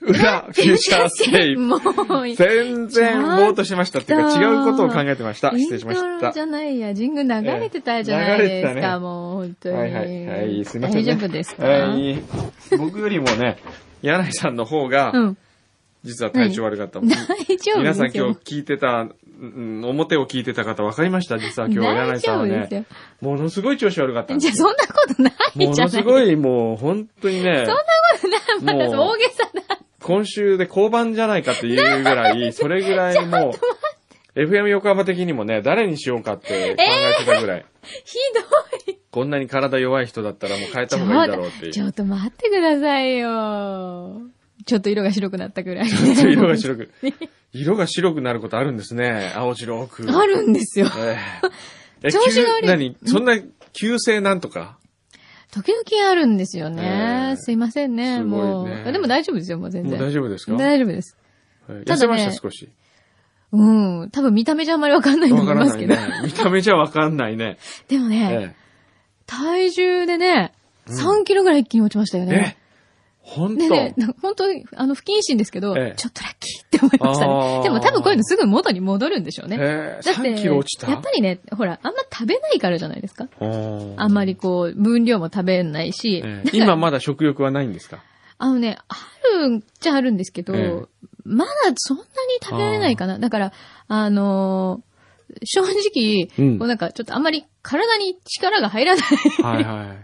裏、フューチャースケープ。もう、イン全然、ぼーっとしてましたっていうか、ち違ょっうとことを考えてました。失礼しましトロたじ。ゃないや、ジングル流れてたじゃないええ流でれすてたか、ねもう、本当に。はいはいはい、すいません、ね。大丈夫ですかはい。僕よりもね、柳井さんの方がう、ん。実は体調悪かったもん。大丈夫ですよ。皆さん今日聞いてた、うん表を聞いてた方分かりました実は今日柳大井さんは丈夫ですね、よ。ものすごい調子悪かったんでじゃあ、すそよ。んなことないもじゃのなすい。ごいもう本当にね、まだもう大げさな。今週で降板じゃないかっていうぐら い、それぐらいもう、FM 横浜的にもね、誰にしようかって考えてたぐらい。ひどい。こんなに体弱い人だったらもう変えたちょ方がいいだろうっていっとう。ちょっと待ってくださいよ。ちょっと色が白くなったぐらい。ちょっと色が白く。色が白くなることあるんですね。青白 く。あるんですよ。ええ。え調子が悪急い何そんな、急性なんとか時々あるんですよね。ええすいませんね、すごいねもう。でも大丈夫ですよ、もう全もう然。大丈夫ですか大丈夫です。はいた痩せだねました、少し。うん。多分見た目じゃあんまりわかんないとわ思かいらますな けいど。ね。見た目じゃわかんないね。でもね、え体重でね、うん3キロぐらい一気に落ちましたよえ。ねえ。、ほんでと。ね、なんか本当に、あの、不謹慎ですけど、ええちょっとラッキーって思いましたあーね。でも多分こういうのすぐ元に戻るんでしょうね。ええ、だって、 3キロ落ちた。やっぱりね、ほら、あんま食べないからじゃないですか。あんまり。りこう、分量も食べないし、ええだから今まだ食欲はないんです かあのね、あるっちゃあるんですけど、えまだそんなに食べられないかな。だから、あのー正直、うんこうなんかちょっとあんまり体に力が入らない。 はいはい。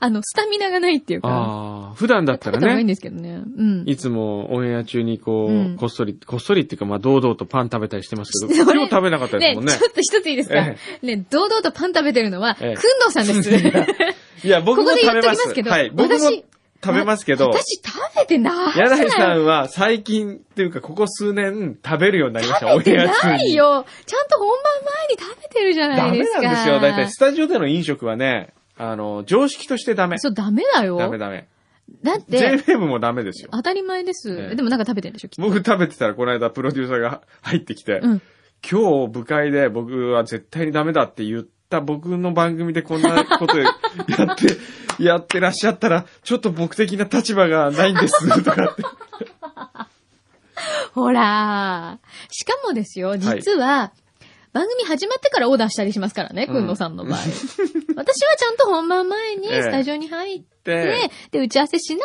あの、スタミナがないっていうか、ああ、普段だった食べた方らがいいんね、ですけどね。うん。いつもオンエア中にこうう、んこっそり、こっそりっていうかまあ堂々とパン食べたりしてますけど、それ今日食べなかったですねもんちね。ょっと一ついいですか、えね、堂々とパン食べてるのは、くんええどうさんで す。いや、僕もここで食言べっまときますすけ。どはい、僕も私食べますけど、私食べてない。柳井さんは最近っていうか、ここ数年食べるようになりました、食べて中ないに。よ。ちゃんと本番前に食べてるじゃダないメですなか。んですよ。だいたいスタジオでの飲食はね、あの、常識としてダメ。そう、ダメだよ。ダメダメ。だって、 JFM もダメですよ。当たり前です、ええでもなんか食べてるでしょ、きっと。僕食べてたら、この間プロデューサーが入ってきて、うん。今日部会で僕は絶対にダメだって言った僕の番組でこんなことや って、やってらっしゃったら、ちょっと僕的な立場がないんです、とかって。ほらーしかもですよ、実は、番組始まってからオーダーしたりしますからね、うんくんのさんの場 合。私はちゃんと本番前にええスタジオに入って、でで、打ち合わせしな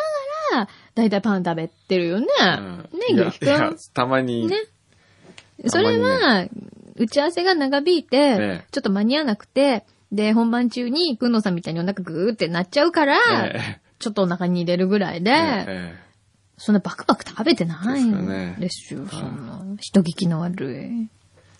がら、だいたいパン食べてるよね。うんね、いゆやうきくいやん。たまに、ね。それは、打ち合わせが長引いて、ええちょっと間に合わなくて、で、本番中に、くんのさんみたいにお腹ぐーってなっちゃうから、えちょっとお腹に入れるぐらいで、ええそんなバクバク食べてないんですよ、すかそねんな。人聞きの悪い。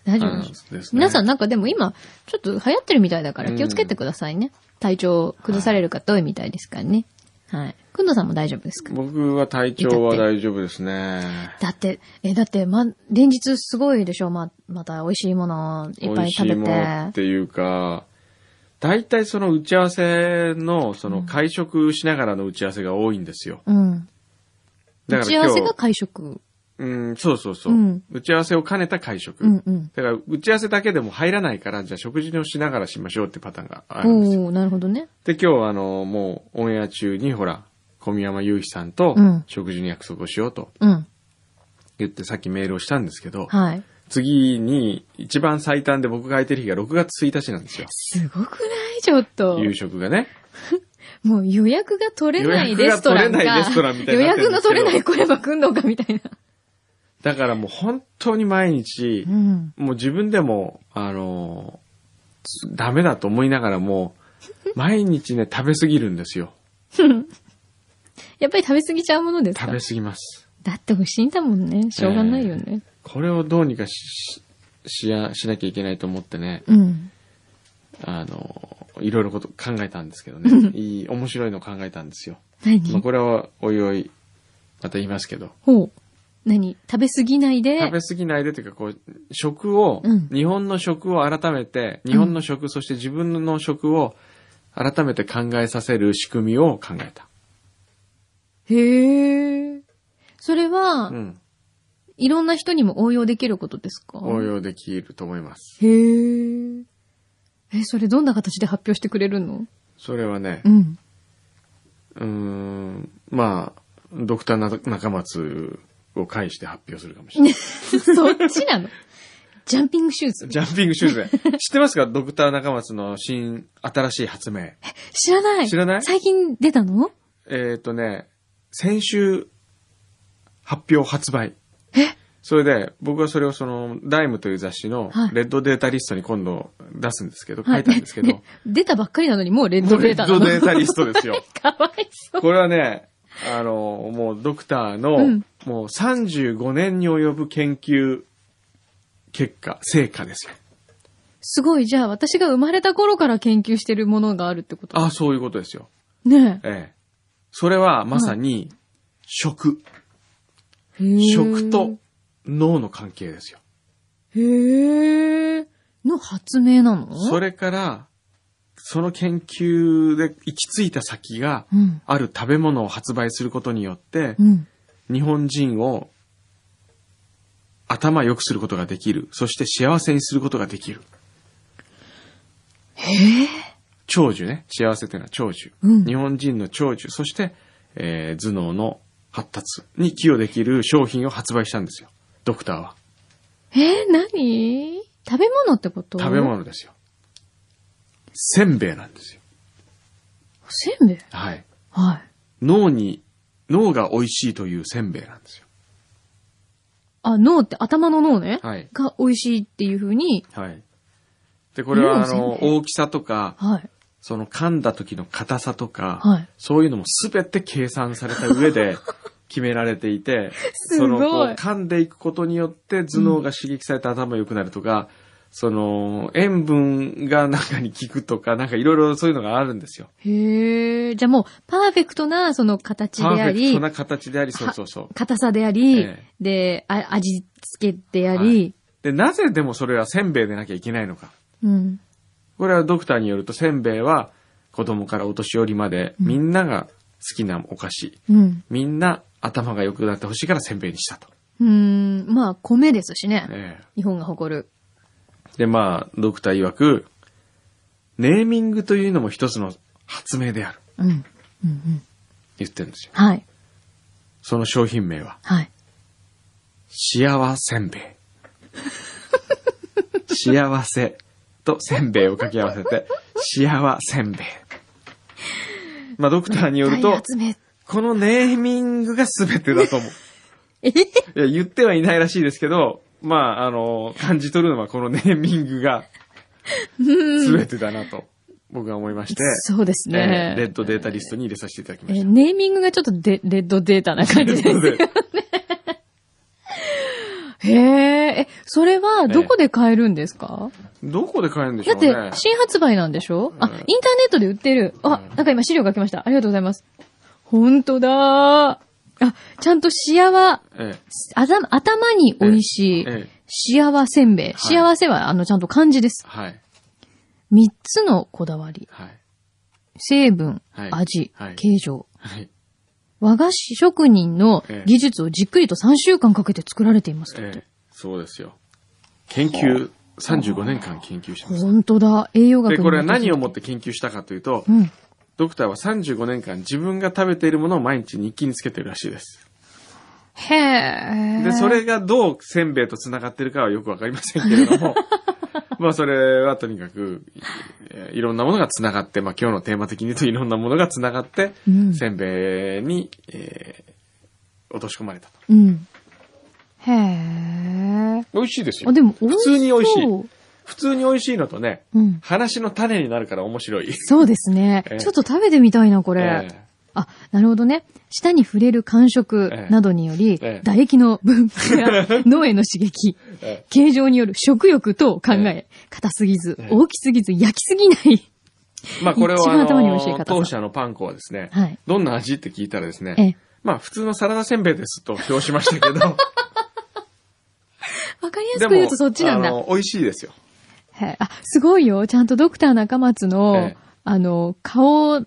大え丈う夫んです。そうですね皆さんなんかでも今、ちょっと流行ってるみたいだから気をつけてくださいね。体調崩される方多いみたいですからね。はい。くんのさんも大丈夫ですか僕は体調は大丈夫ですね。だって、え、だって、ま、連日すごいでしょま、また美味しいものいっ美ぱ味いし食いべ。ものってていうか、大体その打ち合わせの、その会食しながらの打ち合わせが多いんですよ。うん。だか打らち合今わせが日、会食。うん、そうそうそう、うん打ち合わせを兼ねた会食。うんうん。だから打ち合わせだけでも入らないから、じゃあ食事をしながらしましょうってパターンがあるんですよ。おー、なるほどね。で、今日はあの、もうオンエア中にほら、小宮山雄飛さんとうん食事に約束をしようとうん。言ってさっきメールをしたんですけど、はい。次に一番最短で僕が空いてる日が6月1日なんですよ。すごくないちょっと。夕食がね。もう予約が取れないレストラン予約が取れないレがストランみたい予になってるんです約がけど取れない声ば来んのかみたいな。だからもう本当に毎日う、ん。もう自分でも、あのーダメだと思いながらも、毎日ね、食べ過ぎるんですよ。やっぱり食べ過ぎちゃうものですか食べ過ぎます。だって美味しいんだもんね。しょうがないよね。これをどうにかし、しや、しなきゃいけないと思ってね、うん。あのーいろいろこと考えたんですけどね。いい、面白いの考えたんですよ。まあ何これは、おいおい、また言いますけど。ほう。何食べ過ぎないで。食べ過ぎないでというか、こう、食を、うん日本の食を改めて、日本の食、そして自分の食を改めて考えさせる仕組みを考えた。へえ。それは、うん。いろんな人にも応用できることですか応。用できると思います。へえ。え、それどんな形で発表してくれるのそれはねう、ん。うーん、まあ、ドクターな中松を介して発表するかもしれない。そっちなのジャンピングシューズジャンピングシューズね。知ってますかドクター中松の新、新しい発明。知らない知らない最近出たのえっ、とね、先週、発表発売。それで、僕はそれをその、ダイムという雑誌のはい、レッドデータリストに今度出すんですけど、は書いたんですけど、ね出たばっかりなのにもうレッもドうレデーッタドなの。データリストですよ。 かわいそう。これはね、あの、もうドクターの、うんもう35年に及ぶ研究、結果、成果ですよ。すごい、じゃあ私が生まれた頃から研究してるものがあるってことあそういうことですよ。ねええ。それはまさに、食。え。へー食と。脳の関係ですよ。へえ。の発明なのそ。れから、その研究で行き着いた先が、うん。ある食べ物を発売することによってう、ん。日本人を頭良くすることができる。そして幸せにすることができる。へえ。長寿ね。幸せというのは長寿。うん日本人の長寿、そして、えー頭脳の発達に寄与できる商品を発売したんですよ。ドクターは。えー、何食べ物ってこと食べ。物ですよ。せんべいなんですよ。せんべいはい。はい。脳に、脳が美味しいというせんべいなんですよ。あ、脳って頭の脳ね。はい。が美味しいっていうふうに。はい。で、これは、あ脳のの、せんべい大きさとか、はい。その噛んだ時の硬さとか、はいそういうのもすべて計算された上 で決められていて、すごそのいこう噛んでいくことによって頭脳が刺激されて頭良くなるとか、その塩分が中に効くとか、なんかいろいろそういうのがあるんですよ。へえ。じゃあもう、パーフェクトな、その形でパーフあェクりト、な形であり、そうそうそう。硬さであり、えで、あ味付けであり、はいで、なぜでもそれはせんべいでなきゃいけないのか。うん。これはドクターによるとせんべいは子供からお年寄りまでみんなが好きなお菓子、うん。みんな頭が良くなってほしいからせんべいにしたと。うーん。まあ、米ですしね。ええ日本が誇る。で、まあ、ドクター曰く、ネーミングというのも一つの発明である。うん。うんうん。言ってるんですよ。はい。その商品名は、はい。幸せんべ い。幸せとせんべいを掛け合わせて、幸せんべい。まあ、ドクターによる大と、発明。このネーミングが全てだと思う。えへへいや、言ってはいないらしいですけど、まあ、あの、感じ取るのはこのネーミングが全てだなと、僕は思いまして。そうですねえ。ーレッドデータリストに入れさせていただきまえしーた。ネーミングがちょっとでレッドデータな感レじッでドす。データ へえ、え、それはどこで買えるんですか、 どこで買えるんでしだょうっね。て、新発売なんでしょ、あ、インターネットで売ってる。あ、なんか今資料が来ました。ありがとうございます。ほんとだー。あ、ちゃんと幸、えあざ頭に美味しいえ、ええ、幸せんべい。幸せは、あの、ちゃんと漢字です。はい、三つのこだわり。はい、成分、はい味、はい形状。はい、和菓子職人のええ技術をじっくりと3週間かけて作られています。だっえてえ、そうですよ。研究、35年間研究してます。本当だ。栄養学で、にこれは何を基づいもって研究したかというとて、うん。ドクターは35年間自分が食べているものを毎日日記につけてるらしいです。へえ。で、そ。れがどうせんべいと繋がってるかはよくわかりませんけれども、 まあそれはとにかく、えーいろんなものが繋がって、まあ今日のテーマ的に言うといろんなものが繋がって、うん。せんべいに、えー落とし込まれたと。うん。へえ。美味しいですよあ、。でも、普美味し通に美味しいそう普通に美味しいのとね、うん。話の種になるから面白い。そうですねええ。ちょっと食べてみたいな、ここれ。あ、なるほどね。舌に触れる感触ええなどにより、ええ唾液の分泌 や脳への刺激、形状による食欲等を考え、硬すぎずええ、大きすぎず、焼きすぎない。 まあこれを一あ番頭に美の味しい方さ当社のパン粉はですね、はい。どんな味って聞いたらですね、ええ。まあ普通のサラダせんべいですと評しましたけ ど、わかりやですく言うとそっちなんだ。の、美味しいですよ。はい。あ、すごいよ。ちゃんとドクター中松の、ええあの、顔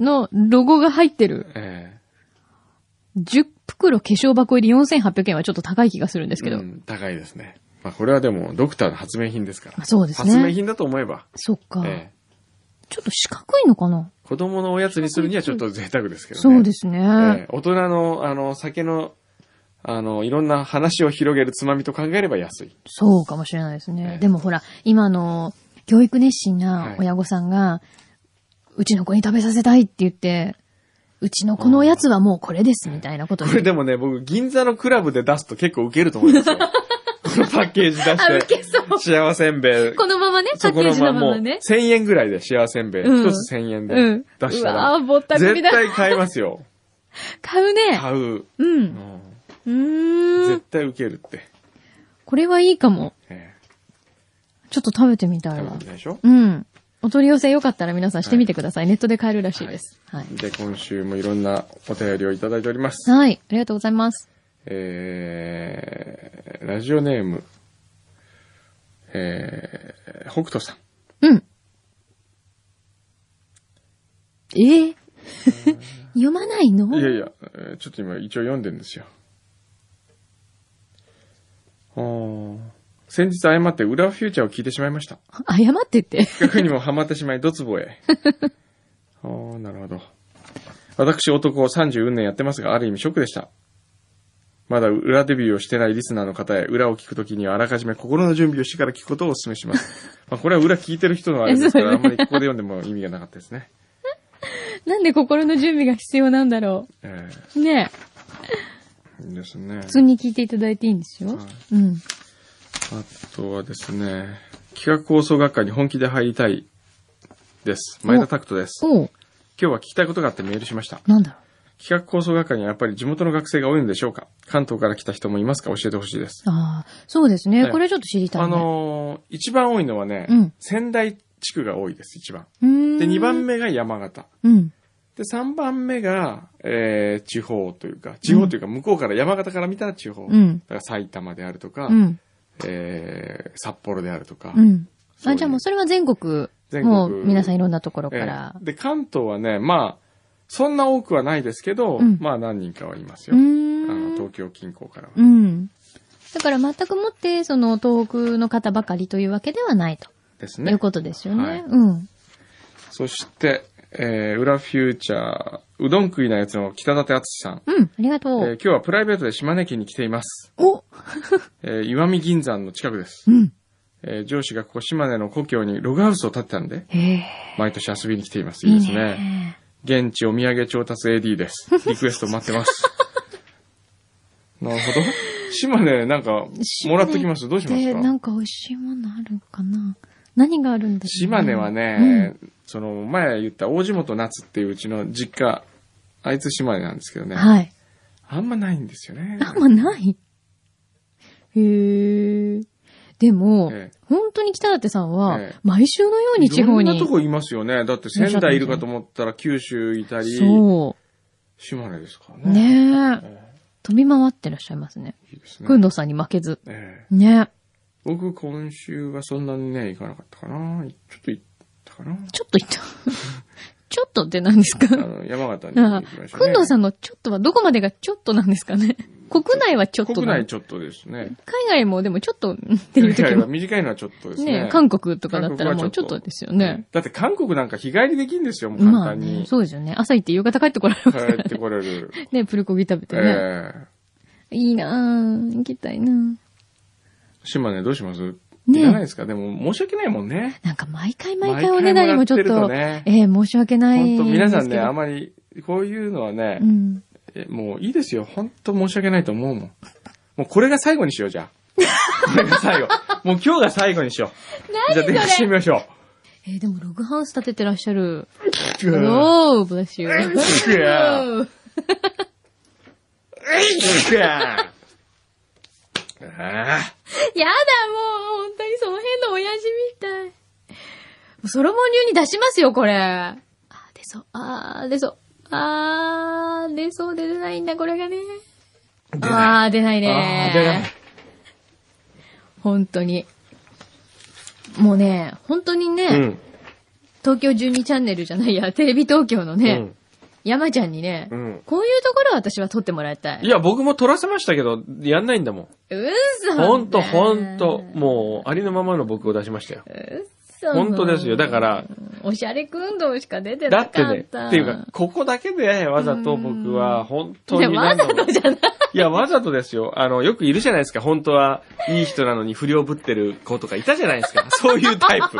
のロゴが入ってる。え10袋化粧箱入り4800円はちょっと高い気がするんですえけど。うん高いですね。まあこれはでもドクターの発明品ですから。あそうですね発明品だと思えば。そっか、ええちょっと四角いのかな子供のおやつにするにはちょっと贅沢ですけどね。そうですね。ええ大人の、あの、酒の、あの、いろんな話を広げるつまみと考えれば安い。そうかもしれないですね。ええでもほら、今の、教育熱心なはい親御さんが、うちの子に食べさせたいって言って、うちの子のおやつはもうこれです、みたいなことこれで。でもね、僕、銀座のクラブで出すと結構ウケると思います よ。このパッケージ出あ、ウして、ケそう。幸せんべい。このままね、パそッケこーのジのまままもう、まね。 1000円ぐらいで幸せんべい。一、うんつ1000円うん。うで出したわら、ぁ、ぼったく絶りだ。対買いますよ。買うね。買う。う。うんんうー絶ん。対ウケるって。これはいいかも。えちょっと食べてみたえい食べわてみ。たいでしょうん。お取り寄せよかったら皆さんしてみてください。ネットで買えるらしいです。はい。で、今週もいろんなお便りをいただいております。はい。ありがとうございます。えー、ラジオネーム、えー、北斗さん。うん。ええ 読まないのいやいや、えーちょっと今一応読んでるんですよ。あー先日誤って裏フューチャーを聞いてしまいました。謝ってって。 企画にもハマってしまい、ドツボへ。 あーなるほど。私男を30年やってますが、ある意味ショックでした。まだ裏デビューをしてないリスナーの方へ、裏を聞くときにはあらかじめ心の準備をしてから聞くことをお勧めし ます。まあこれは裏聞いてる人のあれですから、あんまりここで読んでも意味がなかったですね。なんで心の準備が必要なんだろえう。ねえ。えですね。普通に聞いていただいていいんですよは。うん。あとはですね、企画構想学科に本気で入りたいです。前田拓人です。お今う。日は聞きたいことがあってメールしました。なんだろ企画構想学科にはやっぱり地元の学生が多いのでしょうか関東から来た人もいますか教えてほしいです。う。ああ、そうですね。ええこれちょっと知りたいね。あのー一番多いのはね、うん仙台地区が多いです、一番。うーん、で、二番目が山形。うん。で、三番目が、えー、地方というか、地方というか、向こうから、山形から見たら地方。うだん。から埼玉であるとか、うん。えー、札幌であるとか。うん。そういあ、うじゃあもうそれは全国。全国もう皆さんいろんなところからえー。で、関東はね、まあ、そんな多くはないですけど、うんまあ何人かはいますうよ。あーの、ん。東京近郊からは。うん。だから全くもって、その、東北の方ばかりというわけではないと。ですいねう。ことですよね。はいうん。そして、えー、裏フューチャー、うどん食いなやつの北舘敦さん。うん。ありがとえう。ー今日はプライベートで島根県に来ています。おえー、岩見銀山の近くです。うん。えー、上司がここ島根の故郷にログハウスを建てたんで、へえ。毎年遊びに来ています。いいいいですね。ね。現地お土産調達 AD です。リクエスト待ってます。 なるほど。島根なんか、もらっときます。どうしますで、なかんか美味しいものあるかな何があるんだろう島根はね、、その前言った大地元夏っていううちの実家、あいつ島根なんですけどうね。んはい。あんまないんですよね。あんまないへえ。でも、ええ本当に北舘さんはええ、毎週のように地方いろんに。なとこいますよね。だって仙台いるかと思ったら九州いたり、そ島根ですからう。ね。ねえ。え飛び回ってらっしゃいますね。えいいですね。くんどさんに負けず。ええね。僕今週はそんなにね、行かなかったかな。ちょっと行った かな。ちょっと言った。ちょっとって何ですかあの、山形にあ行きましたね。くんどうさんのちょっとはどこまでがちょっとなんですか ね国内はちょっと国な内のちょっとですね。海外もでもちょっとうんっていう時海外はも。短いのはちょっとですね。ね韓国とかだったらもうちょ韓っ国はちとょっとですよね。だって韓国なんか日帰りできんですよ、もう簡まあ単ねに。そうですよね。朝行って夕方帰ってこられますから帰ってこれる。ね。プルコギ食べて ね。ええいいなぁ。行きたいなぁ。島根どうしますねいらないですかでも申し訳ないもんね。なんか毎回毎回おねだりもちょっ毎回もらと、ってるとねええ申し訳ない本当皆さんね、ああまり、こういうのはねう、ん。えもういいですよ。本当申し訳ないと思うもん。もうこれが最後にしよう、 じゃあ。これが最後。もう今日が最後にしよう。じゃあ電話してみましょえーでもログハウス建ててらっしゃる。う。うわおー、ブラッ シュ。うおーうわああやだ、もう、本当にその辺の親父みたい。ソロモン流に出しますよ、これ。あー、出そう。あー、出そう。あー、出そう、出てないんだ、これがね。あー、出ないねあー出ない本当に。もうね、本当にね、うん。東京12チャンネルじゃないや、テレビ東京のね、うん山ちゃんにね、うんこういうところは私は撮ってもらいたいい。や、僕も撮らせましたけど、やんないんだもん。うそほんと、ほんと、もう、ありのままの僕を出しましたよ。うそ本当ですよ。だから、おしゃれくんどうしか出てだなってかねっ、た。っていうか、ここだけでわざと僕は本当いやにわ何ざ度もとじゃない。いや、わざとですよ。あの、よくいるじゃないですか。本当は、いい人なのに不良ぶってる子とかいたじゃない ですか。そういうタイプ。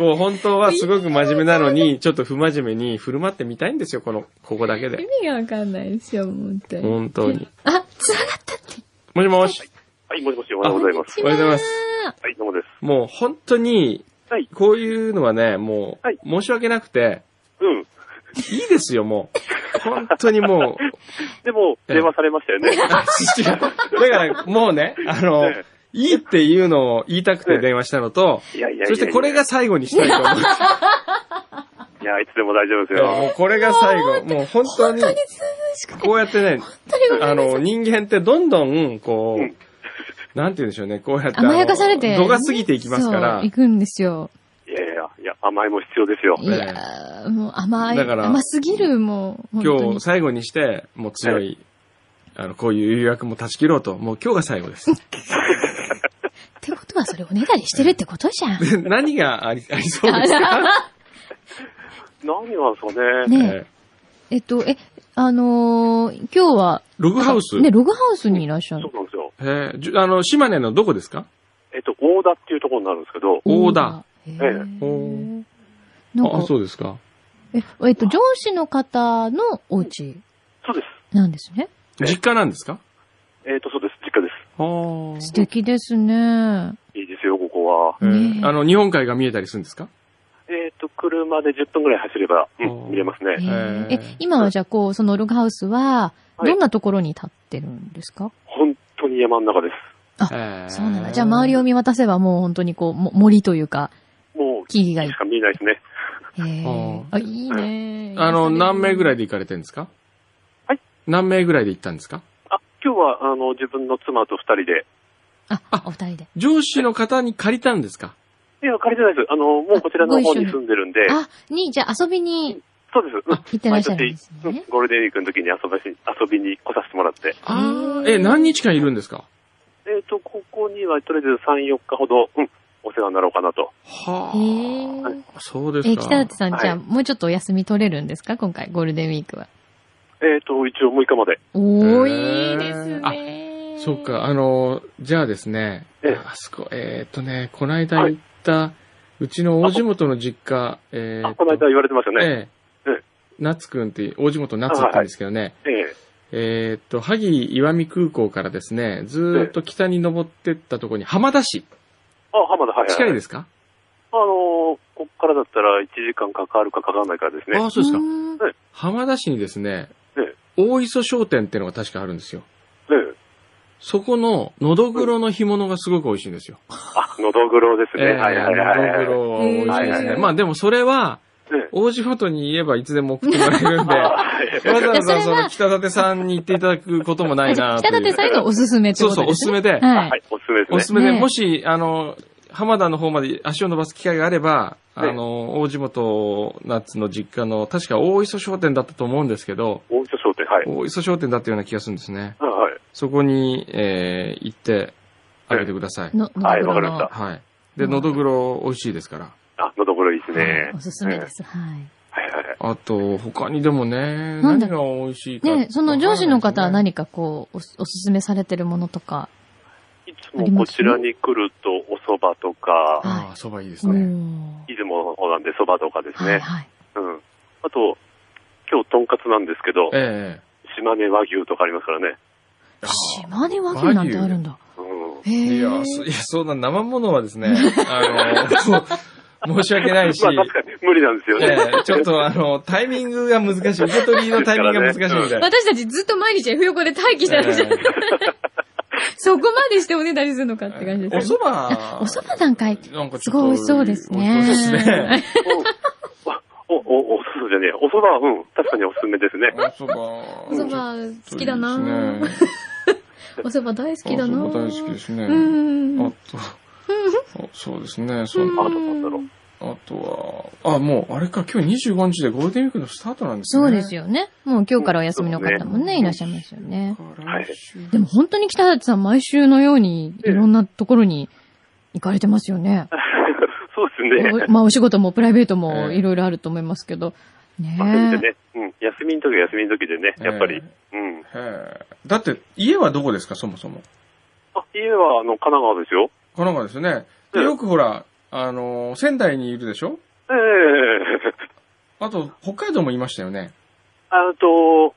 こう、本当はすごく真面目なのに、ちょっと不真面目に振る舞ってみたいんですよ。この、ここだけ意で。味がわかんないですよ、本当に。本当に。あ、繋がったって。もしもし。はい、もしもし、おはようございます。おはようございますはい、どうもです。もう本当に、はいこういうのはね、も、はいう申し訳なくて、うん。いいですよ、もう。本当にもう、でも、ええ電話されましたよね。あ違う だから、もうね、あの、えいいっていうのを言いたくて電話したのと、いやいやいやいやそしてこれが最後にしたいと思っていや、いつでも大丈夫ですもよ。うこれが最後。もう本当に、こうやってね、あの、人間ってどんどん、こうんう、なんて言うんでしょうね、こうやって、あの甘やかされて。度が過ぎていきますかそらう、行、くんですよ。いやいやいや、いや、甘えも必要ですよ。いやーもう甘い、だから甘すぎる、もう。今日日、最後にして、もう強い、あの、こういう誘惑も断ち切ろうと、もう今日が最後です。 ってことはそれおねだりしてるってことじゃん。で何がありありそうですか何なんですかね。ねええ えっと、え、あのー今日は、ログハウスね、ログハウスにいらっしゃそるう。なんですよ。ええじゅあの、島根のどこですかえっと、大田っていうところになるんですけど、オーダー。ええへーなんあ、か、そうですか。え、えっと、上司の方のお家そうです。なんですね。実家なんですかえっと、そうです。実家であー素敵ですね。す。いいですよ、ここは。えねえあの、日本海が見えたりするんですかえっと、車で10分ぐらい走れば、うおーん、見れますえね。ーえ、今はじゃあこう、そのログハウスは、はいどんなところに立ってるんですか、本当に山の中です。そうなんだ。じゃあ周りを見渡せばもう本当にこう、も森というか、もう、し木々がいっか見えないですね。ぱい。へーあ、いいね。あの、何名ぐらいいで行かれてるんですかはい。何名ぐらいで行ったんですかあ、今日は、あの、自分の妻と二人で、ああ、お二人で。上司の方に借りたんですかいや、借りてないです。あの、もうこちらの方に住んでるんで、あ、に、じゃあ遊びにそうです。うん行ってらっしゃるんです毎年ね。うんゴールデンウィークの時に遊ばし遊びに来させてもらって。あへーーえ、何日間いるんですかえっ、と、ここにはとりあえず3、4日ほど、うん、お世話になろうかなと。はへあ。ーそうですえ、か。北舘さん、はいじゃあもうちょっとお休み取れるんですか今回、ゴールデンウィークは。えっ、と、一応6日まで。おへーー、いいですね。そっか、あの、じゃあですね、ええあそこ、えーっとね、この間行った、うちの大地元の実家、えーあ、っとこの間言われてましたね。えええ、夏くんって、大地元夏って言うんですけどね、えええーっと、萩岩見空港からですね、ずーっと北に登ってったところに、浜田市、あ、浜田、はい、はい。。近いですすか、あのーこっからだったら1時間かかるかかからないからですね。ああ、そうですか。ーん浜田市にですねええ、大磯商店ってのが確かあるんですよ。ええそこの、のどぐろの干物がすごく美味しいんですよ。あ、のどぐろですね。ええはいはいはいはい。のどぐろは美味しいですへね。えまあでもそれは、ええ大地元に言えばいつでも送ってもらえるんで、 わはいはいざわそれざはその北舘さんに行っていただくこともないなとい北う舘さんへのおすすめってそこうとそう、おですすすね。めで、は。はいい、おすすめですね。おすすめで、ねえもし、あの、浜田の方まで足を伸ばす機会があれば、あねの、大地元夏の実家の、確か大磯商店だったと思うんですけど、大磯商店、はい。大磯商店だったような気がするんですね。はい。そこに、えー行ってあげてください。の、のはいどぐろわのかはい。で、のどぐろ美味しいですから。あ、のどぐろいいですねお。すすめです。はい。はいはいはい。あと、他にでもね、な何んだが美味しいか。ねその上司の方はわからないで何かこう、おすおすすめされてるものとか。いつもこちらに来るとお蕎麦とかすね、ああ、そばいいですおね。ー出雲の方なんで蕎麦とかですはいね。はい。うん。あと、今日とんかつなんですけど、え島根和牛とかありますからね。え島根和牛なんてあるんだ。うん。へいえ。や、そいや、そんな生ものはですね、あの、申し訳ないし、まあ確かに無理なんですよね。ええちょっとあの、タイミングが難しい。受け取りのタイミングが難しいみたいな。私たちずっと毎日 F 横で待機してらっしゃる。 そこまでしておねだりするのかって感じええでおすよ蕎ね。麦お蕎麦なんかいなんかちすょっとごい美味しそうですね。美味しそうですね。お、お、お、お、そうじゃねえ。お蕎麦は、うん、確かにおすすめですね。 お蕎お麦。蕎麦好きだなそうですねお蕎麦大好きだなあそこ大好きですね。うん。あと、あそうですね。そあうとなんだろう。あとは、あ、もう、あれか、今日25日でゴールデンウィークのスタートなんですね。そうですよ。よね。もう今日からお休みの方もね、うんいらっしゃいますよね。はいでも本当に北舘さん毎週のようにいろんなところに行かれてますよね。そうですね。おまあお仕事もプライベートもええいろいろあると思いますけど。ねまあ、そういう意味でね、うん、休みの時は休みの時でね、やっぱり、うん。へえだって、家はどこですか、そもそも。あ、家は、あの、神奈川ですよ。神奈川ですよね。うでんよくほら、あのー仙台にいるでしょええあと、北海道もいましたよね。あと、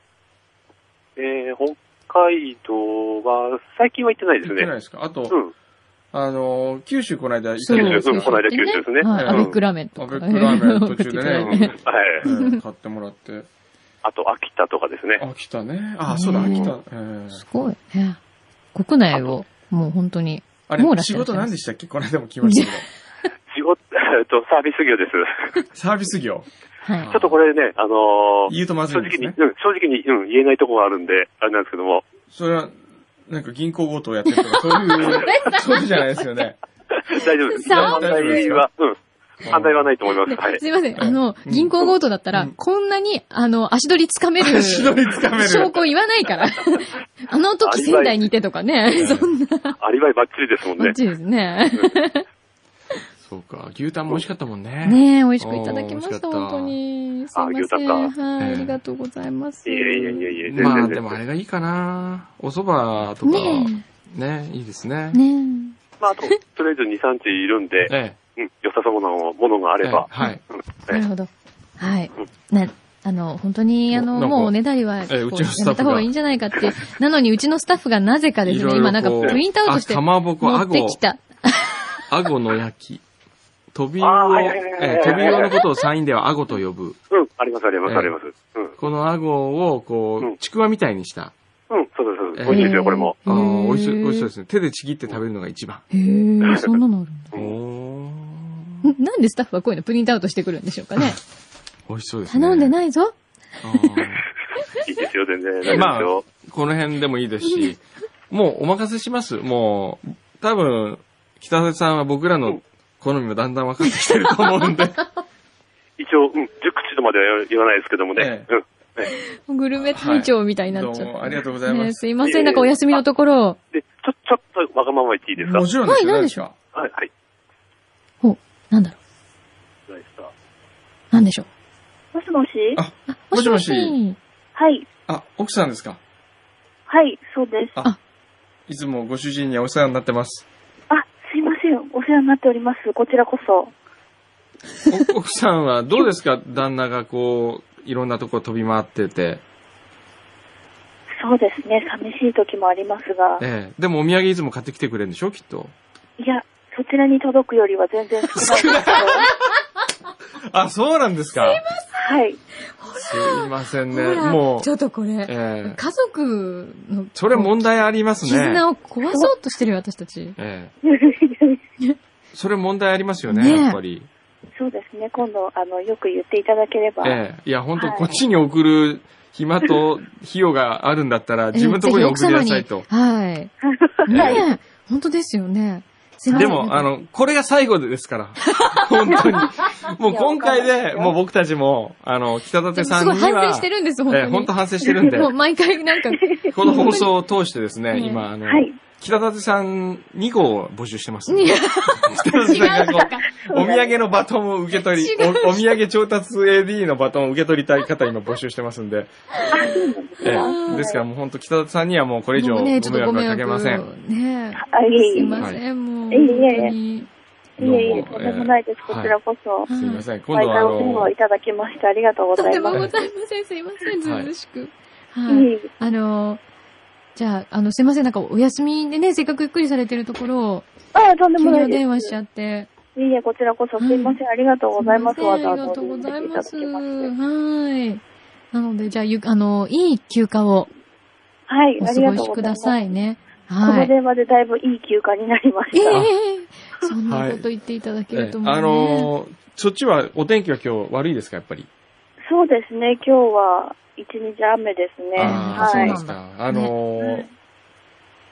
えー、北海道は、最近は行ってないで行すっね。てないですかあと、うん。あのー九州この間行ったそうじ九ゃない州でですすうね。んこの間九州ですねか。はうい、んアベックラーメンとアか。ベックラーメン途中でうねんうんはい。えー買ってもらって。あと、秋田とかですね。秋田ね。あ、そうだ、うん秋田。えー すごいね。国内を、もう本当に。あれもう、らっ仕しゃいます事何でしたっけこの間も来ま したけ仕事、えっと、サービス業です。ど。サービス業。はいあ。ちょっとこれね、あのー言うとまず正いんで直すに、うんね。、正直に、うん、言えないとこがあるんで、あれなんですけども。それは、なんか銀行強盗やってるとか、そう いう、そういうじゃないですよね。大丈夫です。サー反ビス対は、うん。反対はないと思います。はいす。いません。あの、うん銀行強盗だったら、うんこんなに、あの、足取りつかめる 足取りつかめる。証拠言わな いから。あの時仙台にいてとかね。そ んなアリバイバッチリですもんね感。じですね。そうか。牛タンも美味しかったもんね。ねえ、美味しくいただきました、おー本当に。すいあま牛せタンん。かはえい、えありがとうございます。いえいえいえいえ、全まあ、然で全もあ然。れがいいかな。お蕎麦とか、ねね、いいですえ、ね。ねまあ、あと、とりあえず2、3日いるんで、ええ。うん、良さそうなものがあえれえば。はい。え。えなえるほど。はい。なあの、本当に、あの、なんかもうおねだりは、こええうちのスタうやッフめがた方がいいんじゃないかって。なのに、うちのスタッフがなぜかですいろね、いろこう今なんかプリントアウトしてあ、かまぼこ、持あってごき、た。あごの焼き。トビウあーオ、はいはいはいはいええトビウオのことをサインではあごと呼うぶ。ん、ありますありますええあります。うん、このあごを、こうう、んちくわみたいにした。うん、そうですそうでええす。美味しいですよ、これも。ああ、へえ美味しそう美味しそうですね。手でちぎって食べるのが一番。へえ、そんなのあるんだ。おー。んなんでスタッフはこういうのプリントアウトしてくるんでしょうかね。美味しそうですね。頼んでい。ないぞ。いいですよ、全然。大丈夫ですよ。まあこの辺でもいいですし、もうお任せします。もう、多分、北瀬さんは僕らの好みもだんだん分かってきてると思うんで。一応、うん、10口とまでは言わないですけどもね。うん。グルメ隊長みたいになっちゃどうっもた。ありがとうございねまえす。すいません、なんかお休みのところを。で、ちょ、ちょっとわがまま言っていいですかもちろんですよ。はい何で何ですしかはい、はい。ほう、なんだろう。ないですかなんでしょう。もしもしああもしもしはい。あ、奥さんですかはい、そうです。いつもご主人にはお世話になってます。あ、すいません。お世話になっております。こちらこそ。お 奥さんはどうですか旦那がこう、いろんなとこ飛び回ってて。そうですね。寂しい時もありますが。ええ。でもお土産いつも買ってきてくれるんでしょきっと。いや、そちらに届くよりは全然少ないですけど。あ、そうなんですかはい。 すいませんほね。らもちう、ょっとこれ、ええ。家族の、それ問題ありますね。絆を壊そうとしてるよ、私たち。ええ。そそれ問題ありますよね、ねえやっぱり。うですね。今度、あの、よく言っていただければ。ええ。いや、本当はいこっちに送る暇と費用があるんだったら、 自分のところに送りなさいとぜ。ひ奥様にはい。ねえ、本当ですよね。すいまでせん。も、あ、の、これが最後ですから。本当に。もう今回で、もう僕たちも、あの、北舘さすんにごは、い反省してるんです、本当ええに。本当反省してるんで、もう毎回 なんか、この放送を通してですね、うん今、あの、はい。北舘さん2号を募集してますんで。違う北舘さんがこう、おう土産のバトンを受け取り違、おお土産調達 AD のバトンを受け取りたい方今募集してますんで。ええですからもう本当北舘さんにはもうこれ以上もごう迷ね、ちょっ惑はとご迷か惑けをません。ねあ、いえ。えすいいえ。いません、もう。いえいえ本当にえいどえ、とうんでもないです。ええこちらこそ。すいません。今毎度は回あお電話をいただきましてありがとうごとざんでいもます。ございません、すいません、ずうずうしく。はいい。えいえあの、じゃあ、あの、すいません、なんかお休みでね、せっかくゆっくりされてるところを、あ、とんで急もにないおです。電話しちゃって。いえいえ、こちらこそすいません。ありがとうございます。すいまわせざんあわりざがとうございます。お電話していただきましてはい。なので、じゃあ、ゆ、あの、いい休暇をはい、おあ過りがごとうしござくいまだす。さいね。こはのい。電話でだいぶいい休暇になりましええた。そんなこと言っていただけるともうね。あのー、そっちはお天気は今日悪いですか、やっぱり。そうですね、今日は一日雨ですね。ああ、はそういで。すか。あのー、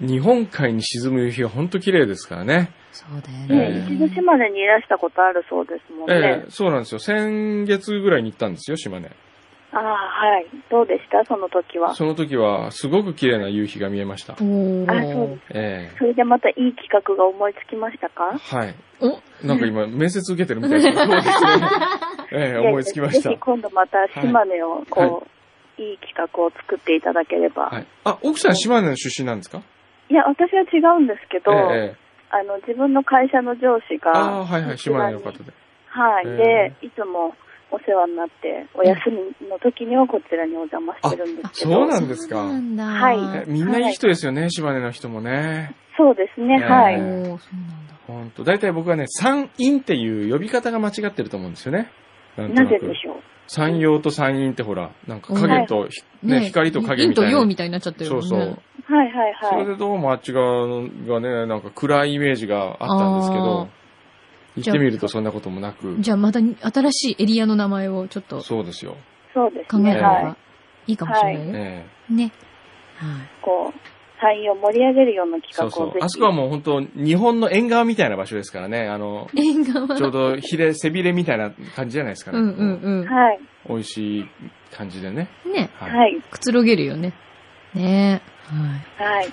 日本海に沈む夕日は本当綺麗ですからね。そうだえよねえね。一度島根にいらしたことあるそうですもんえねえ。そうなんですよ。先月ぐらいに行ったんですよ、島根。ああ、はい。どうでしたその時は。その時は、すごく綺麗な夕日が見えました。おあそうですー。ええそれでまたいい企画が思いつきましたかはい。おなんか今、面接受けてるみたいですね。そうですね。ええで思いつきましたぜひ。今度また島根を、こう、い、い企画を作っていただければ。、はいい。あ、奥さん島根の出身なんですかや、私は違うんですけど、ええ。あの、自分の会社の上司が、ああー、はいはい、島根の方で。はい、えで、いつもお世話になって、お休みの時にはこちらにお邪魔してるんですけあど、そうなんですかそうなんだ。はいえみんないい人ですよね、島根の人もね。そうですね、ええはおい。ー、そうなんだ。ほんと。だいたい僕はね、山陰っていう呼び方が間違ってると思うんですよね。なんとななぜくで。しょう。山陽と山陰ってほら、なんか影とひ、ね、光と陰陰みたとい陽な。みたいになっちゃってるそもうんね。そう。はいはいそはれい。でどうもあっち側がね、なんか暗いイメージがあったんですけど、行ってみるとそんなこともなく、じゃあまた新しいエリアの名前をちょっとそうですよ。そうです考えね、れはばいいかもしれないよね。ええね。はいい。こう、山陰を盛り上げるような企画そうをぜひ。そう。あそこはもう本当、日本の縁側みたいな場所ですからね、あ の、縁側。ちょうどひれ、背びれみたいな感じじゃないですかね。うんうんはい、美味しい感じでね。うん。ね。はい。はい、くつろげるよね。ねえ。はい。はい。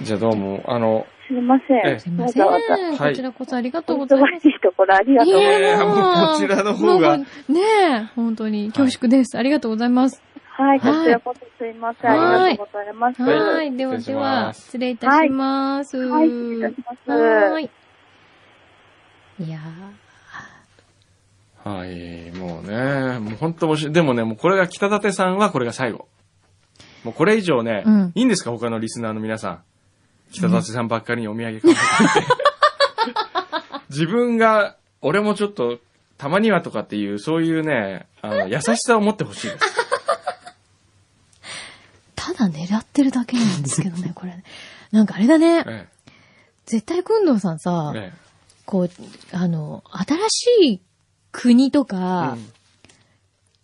じゃあどうも、あの、すみませえすん。いまわせん。ざわざ。はいこちらこそありがとうおございま忙しいところありがとうございえます。ええーもうこちらのす。方がも、うねえ、本当に恐縮です。ありがとうございます。はい、こはいちらこそすいません。はいありがとうございます。はいは。はいではで失礼しまは、す失礼いたします。い、失礼いたします。はーい。いやはい、もうね、もう本当面白い。でもね、もうこれが北舘さんはこれが最後。もうこれ以上ね、うんいいんですか他のリスナーの皆さん。北舘さんばっかりにお土産買ってって。 自分が、俺もちょっと、たまにはとかっていう、そういうね、あの、優しさを持ってほしいです。ただ狙ってるだけなんですけどね、こ れ。なんかあれだね。え絶対、くんどうさんさえ、えこう、あの、新しい国とえか、うん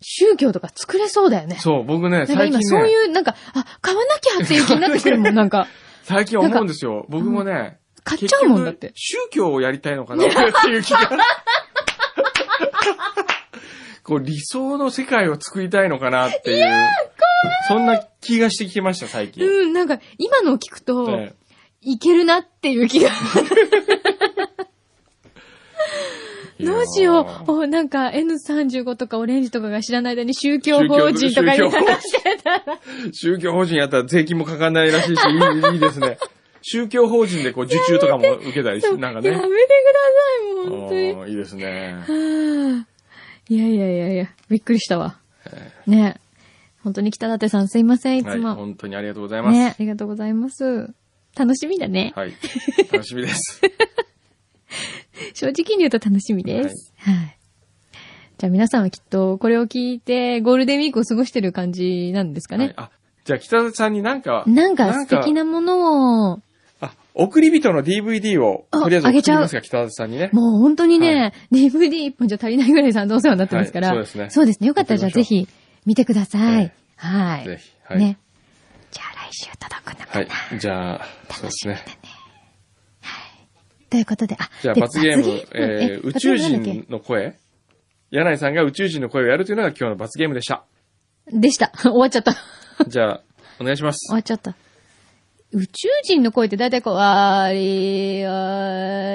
宗教とか作れそうだよね。そう、僕ね、なんか最近今ね、そういう、なんか、あ、買わなきゃっていう気になってく るもん、なんか。最近思うんですよ。僕もね、買っちゃうもんだっ結局て。宗教をやりたいのかな っていう気が。こう理想の世界を作りたいのかなっていう。そんな気がしてきました、最近。うん、なんか、今のを聞くと、ええいけるなっていう気が。どうしよいやう。ーお、なんか N35 とかオレンジとかが知らない間に宗教法人とか宗教に法人話してたら。宗教法人やったら税金もかかんないらしいし、いいいいですね。宗教法人でこう受注とかも受けたりそし、うなんかやね。めてください、もう本当に。おーいいですね。はあいやいやいやいや、びっくりしたわ。ね本当に北舘さんすいません、いはつい、も。本当にありがとうございます。ねありがとうございます。楽しみだね。はい。楽しみです。正直に言うと楽しみです。はい。じゃあ皆さんはきっとこれを聞いてゴールデンウィークを過ごしてる感じなんですかはいね。あ、じゃあ北田さんになんか、なんか素敵なものを、あ、送り人の DVD を、あとりあえずあ送げりちゃうますが、北田さんにね。もう本当にね、DVD 一本じゃ足りないぐらいさんどうお世話になってますから。はいそうですねそうですね。よかったらじゃあ送りぜましひ見てくださいえ。はい。ぜひ。はい。ね。じゃあ来週届くのかな。はい。じゃあ、そうですね。ということで、あ、じゃあ、で罰ゲーム、えー宇宙。罰ゲームなんだっ人の声柳井さんが宇宙人の声をやるというのが今日の罰ゲームでした。けでした。 終わっちゃった。じゃあ、お願いします終。わっちゃった。宇宙人の声って大体こう、あーりー、あ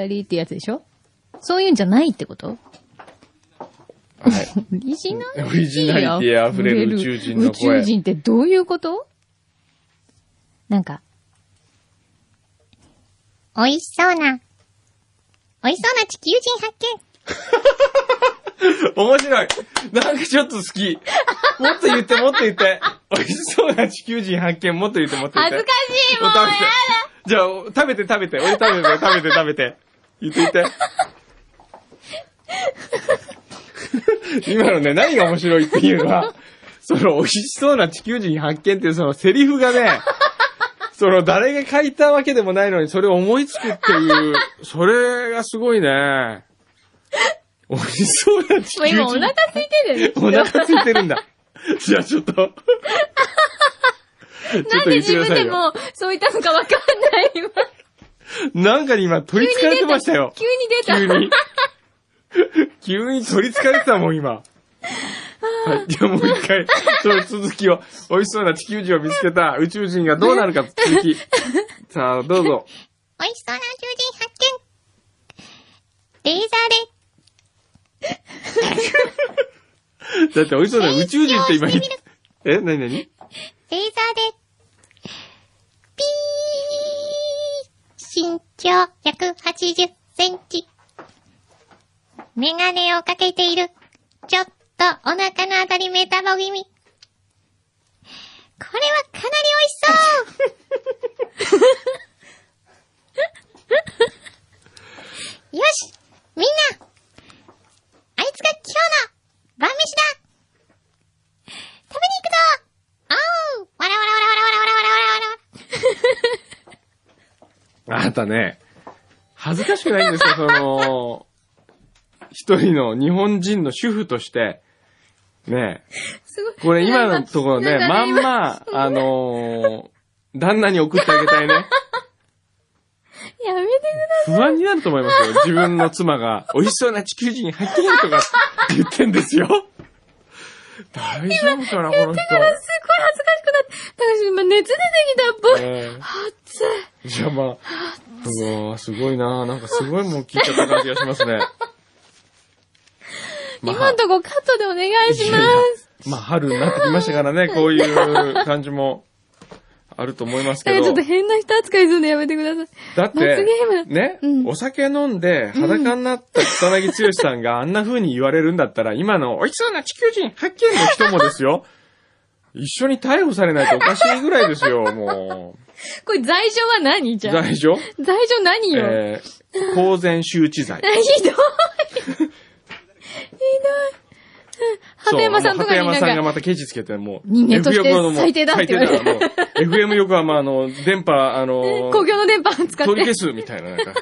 ーりーってやつでしょそういうんじゃないってことはい。オリジナリティオリジナリティあふれる宇宙人の声宇宙人ってどういうことなんか、美味しそうな、美味しそうな地球人発見。面白いなんかちょっと好きもっと言って、もっと言って美味しそうな地球人発見、もっと言って、もっと言っ恥て。ずかしいもんお食べてじゃあ、お食べて食べて。俺食べて、食べて食べて。言って言っ て。今のね、何が面白いっていうのは、その美味しそうな地球人発見っていうそのセリフが ね、その誰が書いたわけでもないのにそれを思いつくっていう、それがすごいね。美味しそうな地もう球今お腹人。空いてるよね。お腹ついてるんだ。じゃあち ょっと。ちょっなんとで言って自くだ分さいでよ。もそう言ったのかわかんない。 今なんかに今取り憑かれてましたよ。急 に出た。急に。急に取り憑かれてたもん、今。はい。じゃあもう一回、その続きを、美味しそうな地球人を見つけた宇宙人がどうなるか続き。さあ、どうぞ。美味しそうな宇宙人発見レーザーだでって美味しそうな宇宙人って今言って。え何何レーザーで、ピー身長180センチ。メガネをかけている。ちょっとお腹のあたりメタボ気味。これはかなり美味しそうよしみんなあいつが今日の晩飯だ食べに行くぞおうわらわらわらわらわらわらわらわらわらあなたね、恥ずかしくないんですよ、その、一人の日本人の主婦として、ねえすごい。これ今のところね、なんかまん今ま、あのー旦那に送ってあげたいね。やめて不安になると思いますよ。自分の妻が、美味しそうな地球人発見とかって言ってんですよ。大丈夫かな、この人。ください。すっごい恥ずかしくなって。高橋今熱出てきたっぽい。え熱い。えじゃあまあ、うわーすごいななんかすごいもう聞いちゃった感じがしますね。まあ今んとこカットでお願いしまいやいす。やまあ、春になってきましたからね、こういう感じもあると思いますなんけかちょどっと。変な人扱いするのやめてください。だっ罰てゲー、ムね、うんお酒飲んで裸になった草薙剛さんがあんな風に言われるんだったら、今の美味しそうな地球人発見の人もですよ。 一緒に逮捕されないとおかしいぐらいですよ、もこれ罪状は何う。じゃあ。罪状罪状何よ、え ー、公然周知罪。ひどい。ひどい。鳩山さんとかにもう鳩山なんさんがか、またケチつけて、もう。人間とし F て横のもう最低だって言われる最低だからもう FM 横は、まあ、あの、電波、あ の、公共の電波使っ取りて。消すみたいな、なんか。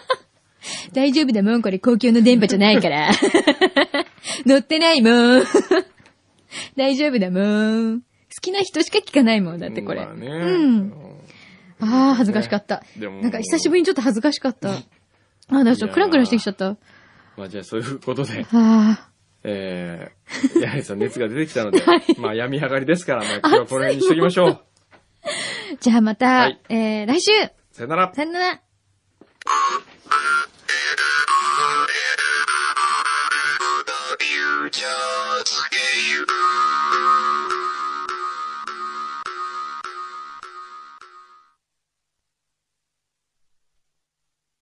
大丈夫だもん、これ公共の電波じゃな いから。乗ってないもん。大丈夫だもん。好きな人しか聞かないもん、 だってこれ。まあね。うん。ああ、恥ずかしかった。でもなんか久しぶりにちょっと恥ずかしかった。ああ、なんかちょっとクランクランしてきちゃった。あまあじゃあそういうことで、あ。えー、やはりさん熱が出てきたので、はいまあ病み上がりですから、まあ今日はこの辺にしときましょう。じゃあまた、はいえー、来週さよなら。さよならフューチャーズゲーム